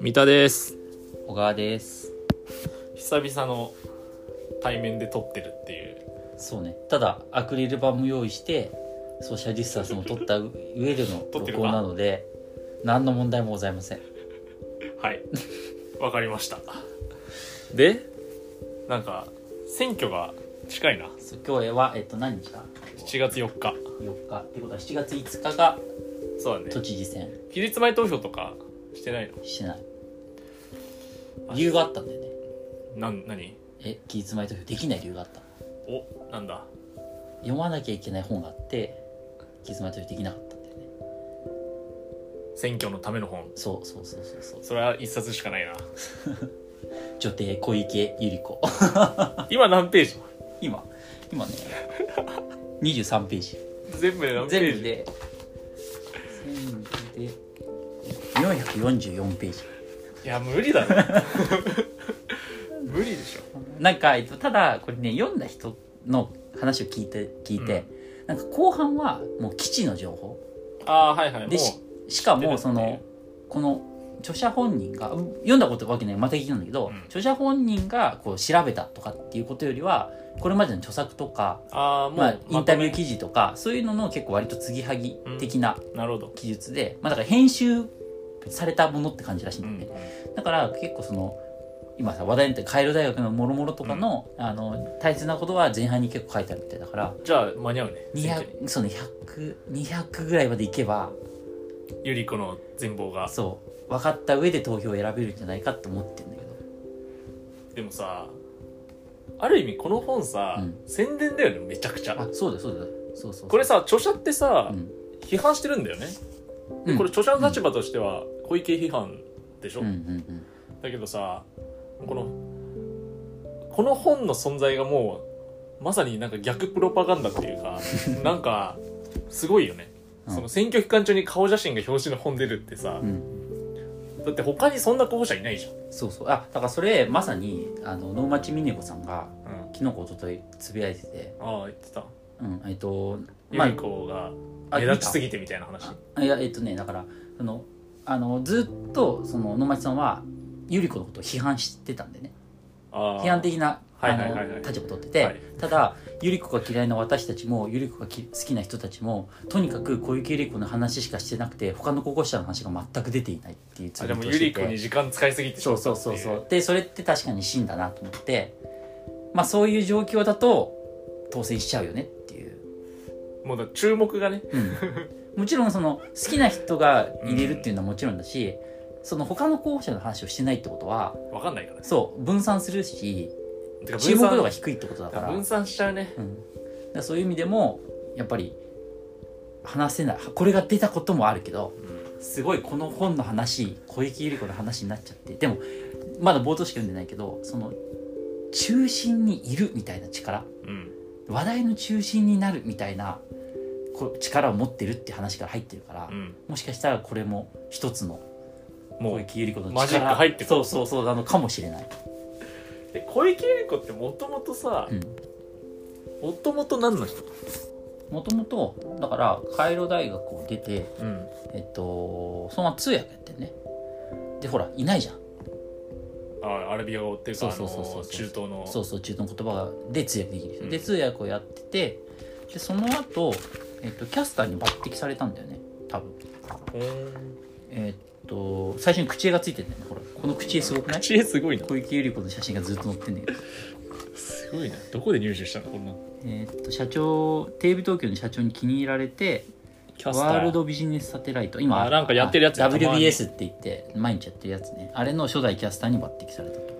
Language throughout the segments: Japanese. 三田です小川です久々の対面で撮ってるっていうそうねただアクリル板も用意してソーシャルディスタンスも取った上での 撮ってる録か音なので何の問題もございませんはいわかりましたでなんか選挙が近いなそう今日は、えっと、何日か7月4日4日ってことは7月5日がそうだ都ね知事選期日前投票とかしてないのしてないあ理由があったんだよねなん何え期日前投票できない理由があったおなんだ読まなきゃいけない本があって期日前投票できなかったんだよね選挙のための本そうそうそうそうそうそれは一冊しかないな女帝小池百合子今何ページ今 今ね23ページ全部で何ページ全部で全部で444ページいや無理だろ無理でしょなんか、えっと、ただこれね読んだ人の話を聞いて聞いて、なんか後半はもう基地の情報ああはいはいもでししかもそ出るっのてこの著者本人がうん読んだことわけないまた聞いたんだけど、うん著者本人がこう調べたとかっていうことよりはこれまでの著作とか、うああもう、まあ、インタビューまと記事とかそういうのの結構割と継ぎはぎ的なめなるほど記述で、まあ、だから編集されたものって感じらしいんうだよねん、だから結構その今さ話題になってカイロ大学のもろもろとかの,、あの大切なことは前半に結構書いてあるみたいだからじゃあ間に合うね200そうね100200ぐらいまでいけばゆり子の全貌がそう分かった上で投票を選べるんじゃないかって思ってるんだけどでもさある意味この本さ、うん宣伝だよねめちゃくちゃあそうだよそうだよそうそうそうこれさ著者ってさ、うん批判してるんだよね、うんこれ著者の立場としては小池批判でしょ、うんうんだけどさこのこの本の存在がもうまさになんか逆プロパガンダっていう かなんかすごいよね、うんその選挙期間中に顔写真が表紙の本出るってさうん、う、ん、だって他にそんな候補者いないじゃん、そうそうあだからそれまさにあの能町みね子さんがうん、昨日おとといつぶやいててああ言ってたうんえっとゆり子があ目立ちすぎてみたいな話あいやえっとねだからそのあのずっとその野町さんは百合子のことを批判してたんでね批批判的なあはいのはいはいはい立場を取ってて、はいただ百合子が嫌いな私たちも百合子がき好きな人たちもとにかく小池百合子の話しかしてなくて他の候補者の話が全く出ていないっていうツあイでーもトをゆしてり子にて時間使いすぎてしそまうったそっうていそうそうでそれって確かに真だなと思ってまあそういう状況だと当選しちゃうよねっていうもうだから注目がねもちろんその好きな人が入れるっていうのはもちろんだし、その他の候補者の話をしてないってことはわかんないからねそう分散するしかて分散注目度が低いってことだだかか,、ららうん、分だか散しちゃうねらそういう意味でもやっぱり話せないこれが出たこともあるけどすごいこの本の話小池百合子の話になっちゃってでもまだ冒頭しか読んでないけどその中心にいるみたいな力うん話題の中心になるみたいなこう力を持ってるって話から入ってるから。うんもしかしたらこれも一つのも小う池百合子の力マジック入ってくるそうそうそうなのかもしれない、で小池百合子ってもともとさもともと何の人もともとだからカイロ大学を出てうんえっとそのまま通訳やってんねでほらいないじゃんあアラビア語っていうかあそうそうそうそのう中東のそうそう中東の言葉がで通訳できる人、うんで通訳をやっててでその後、えっとキャスターに抜擢されたんだよね多分ほーんえっと最初に口絵がついてんだよねほらこの口絵すごくない知恵すごいな小池百合子の写真がずっと載ってんだけどすごいなどこで入手したのこんなえーっと社長テレビ東京の社長に気に入られてキャスターワールドビジネスサテライト今あなんかやってるやつあたまに WBS って言って毎日やってるやつねあれの初代キャスターに抜擢されたと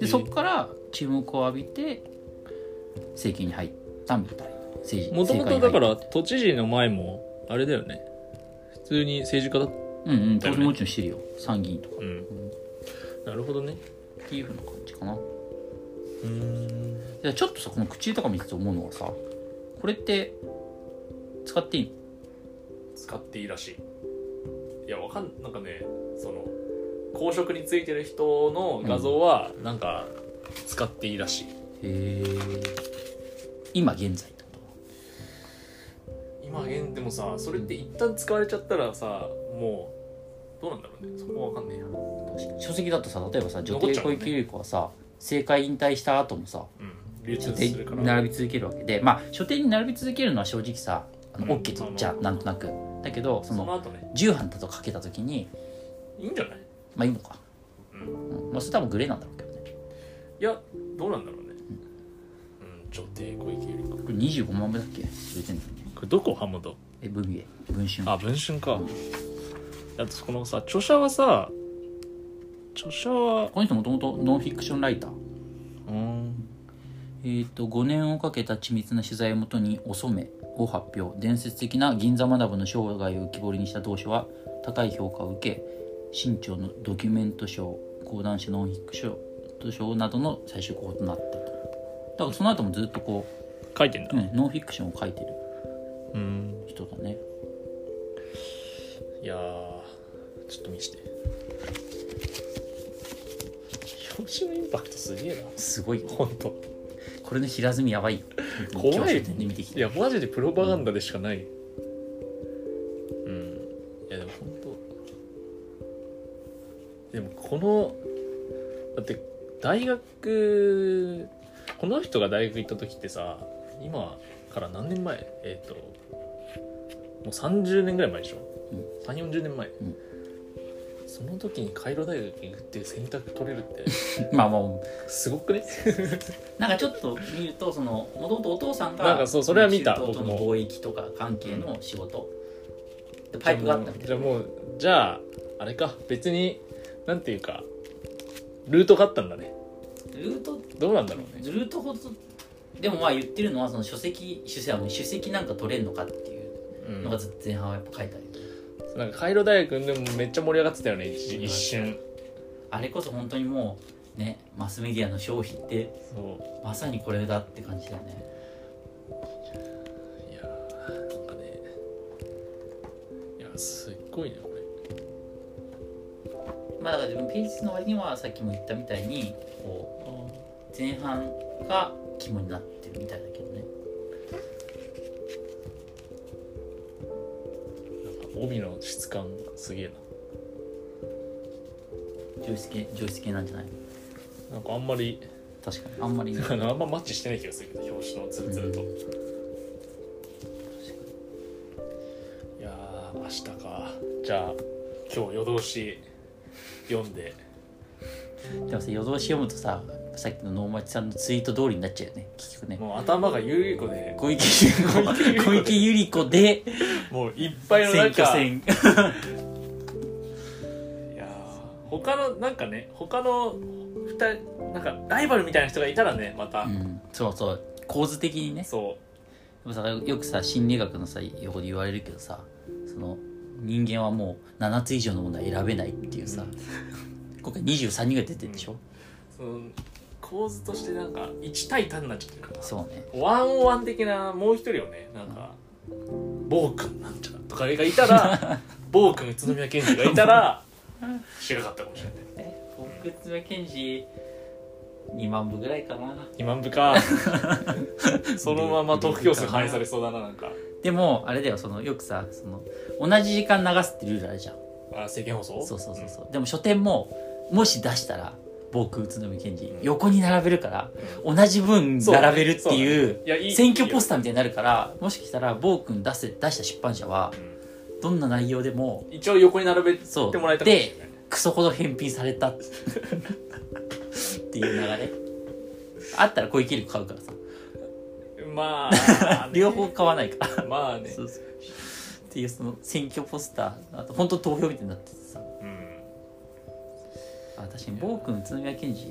でそこから注目を浴びて政権に入ったみたい政治もともと政だか界に入ら都知事の前もあれだよね普通に政治家だっったうんうんだ当よ時ねもちろんしてるよ参議院とかたうんなるほどねっていうふうな感じかなうーんでちょっとさこの口とか見てて思うのがさこれって使っていいの使っていいらしいいやわかんなんかねその公職についてる人の画像はなんか使っていいらしい、へえ今現在ってこと今現でもさそれって一旦使われちゃったらさもうどうなんだろうねそこわかんねえな確かに書籍だとさ例えばさ女残っ帝ちゃう小もんね池百合子はさ政界引退した後もさうん流書通店するからに並び続けるわけでまあ書店に並び続けるのは正直さあうんの OK とじゃあなんとなくだけどそそのの後ね重版だとかけた時にいいんじゃないまあいいのか、ううんまあ、それ多分グレーなんだろうけどねいやどうなんだろうねうん女帝小池百合子これ25万部だっけ売れてんのこれどこハムドえ文芸文春あ文春かあとこのさ著者はさ著者はこの人もともとノンフィクションライターうんえー、と5年をかけた緻密な取材をもとに「お染」を発表伝説的な銀座学ぶの生涯を浮き彫りにした同書は高い評価を受け新潮のドキュメント賞講談社ノンフィクション賞などの最終候補となったとだからその後もずっとこ書いてんだう、うんノンフィクションを書いてるうん人だねいやーちょっと見して表紙のインパクトすげえすごいよな本当これの平積みやばいよ怖い今日書店で見てきいてやマジでプロパガンダでしかないうん、いやでも本当でもこのだって大学この人が大学行った時ってさ今から何年前えっ、ともう30年ぐらい前でしょ、3 4 0年前、んその時にカイロ大学に行くっていう選択取れるってまあまあすごくねなんかちょっと見るとそのもともとお父さんがなんかそうそれは見た中東との僕も貿易とか関係の仕事、でパイプがあったみたいじゃなあもうじゃああれか別になんていうかルートがあったんだねルートどうなんだろうねルートほどでもまあ言ってるのはその書籍主席主席なんか取れるのかっていううんのがずっと前半はやっぱ書いてある、なんかカイロ大学でもめっちゃ盛り上がってたよね一一瞬あれこそ本当にもうねマスメディアの消費ってそまさにこれだって感じだよねういやーなんかねいやすっごいねこれまあだからでもページの割にはさっきも言ったみたいにこう前半が肝になってるみたいだけどねなんか帯の質感すげえ上質系上質系なんじゃないななんかあんまり確かにあんま りあのあんまマッチしてない気がするけど表紙のツルツルと、うんいやー明日かじゃあ今日夜通し読んででもさ夜通し読むとささっきの能町さんのツイート通りになっちゃうよね結局ねもう頭が有利子で小池百合子小池百合子でもういっぱいの選中挙戦いやー他のなんかね他の二人なんかライバルみたいな人がいたらねまた、うんそうそう構図的にねそでもさよくさ心理学のさ横で言われるけどさその人間はもう7つ以上のものは選べないっていうさ、今回23人が出てるでしょ、うその構図としてなんか1対単になっちゃってるからそうねワンオンワン的なもう一人をねなんか暴君なんちゃらとかがいた ら暴君宇都宮健児がいたら白かったかもしれない僕爪賢治2万部ぐらいかな2万部かそのまま得票数反映されそうだななんかでもあれだよそのよくさその同じ時間流すってルールあるじゃんあ政見放送そうそうそううそう、でも書店ももし出したら防空宇都宮検事、うん横に並べるからん、うん同じ分並べるっそうていうだねそうだねいやいい選挙ポスターみたいになるからもしかしたら防空出せ出した出版社はうどんな内容でもん一応横に並べてそうもらえたかもしれないクソほど返品されたっていう流れあったら小池力買うからさまあ 両方買わないからまあねそうそうっていうその選挙ポスターあと本当投票みたいになっててさうんあ確かに暴君宇都宮検事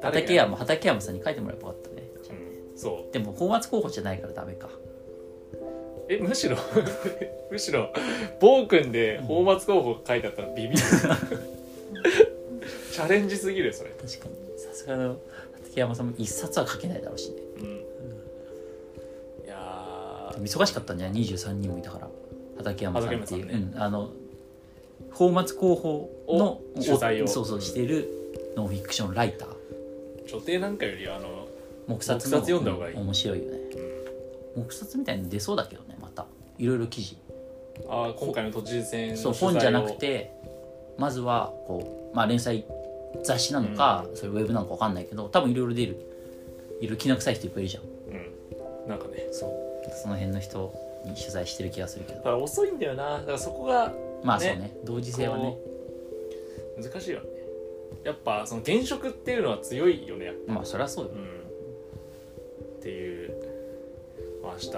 誰畠がやる山畠山さんに書いてもらえばよかったねじゃあねうんそうでも高圧候補じゃないからダメかえむしろ むしろ暴君で放末候補書いてあったらビ ビるチャレンジすぎるよそれ確かにさすがの畠山さんも一冊は書けないだろうしねうんいやでーも忙しかったんじゃない23人もいたから畠山さんっていう、畠山さんうん、あの高末候補のを取材をおそうそうしているノンフィクションライター女帝なんかよりあの黙殺の黙殺読んだ方がいいうん面白いよねうん黙殺みたいに出そうだけどねまたいろいろ記事ああ今回の都知事選のそう取材本をじゃなくてまずはこう、まあ、連載雑誌なのか、それウェブなのか分かんないけど多分いろいろ出るいろいろきな臭い人いっぱいいるじゃんうんなんかねそうその辺の人に取材してる気がするけだどから遅いんだよなだからそこがまあそうねね同時性はねこう難しいよねやっぱその現職っていうのは強いよねまあそりゃそうよ、うんっていう、まあ、明日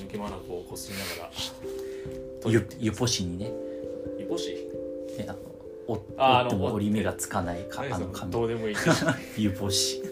眠気まなこをこすりながらゆゆぽしにねいぼしねあのお折ああってのも折って折り目がつかないかあの何その 紙どうでもいいゆぽし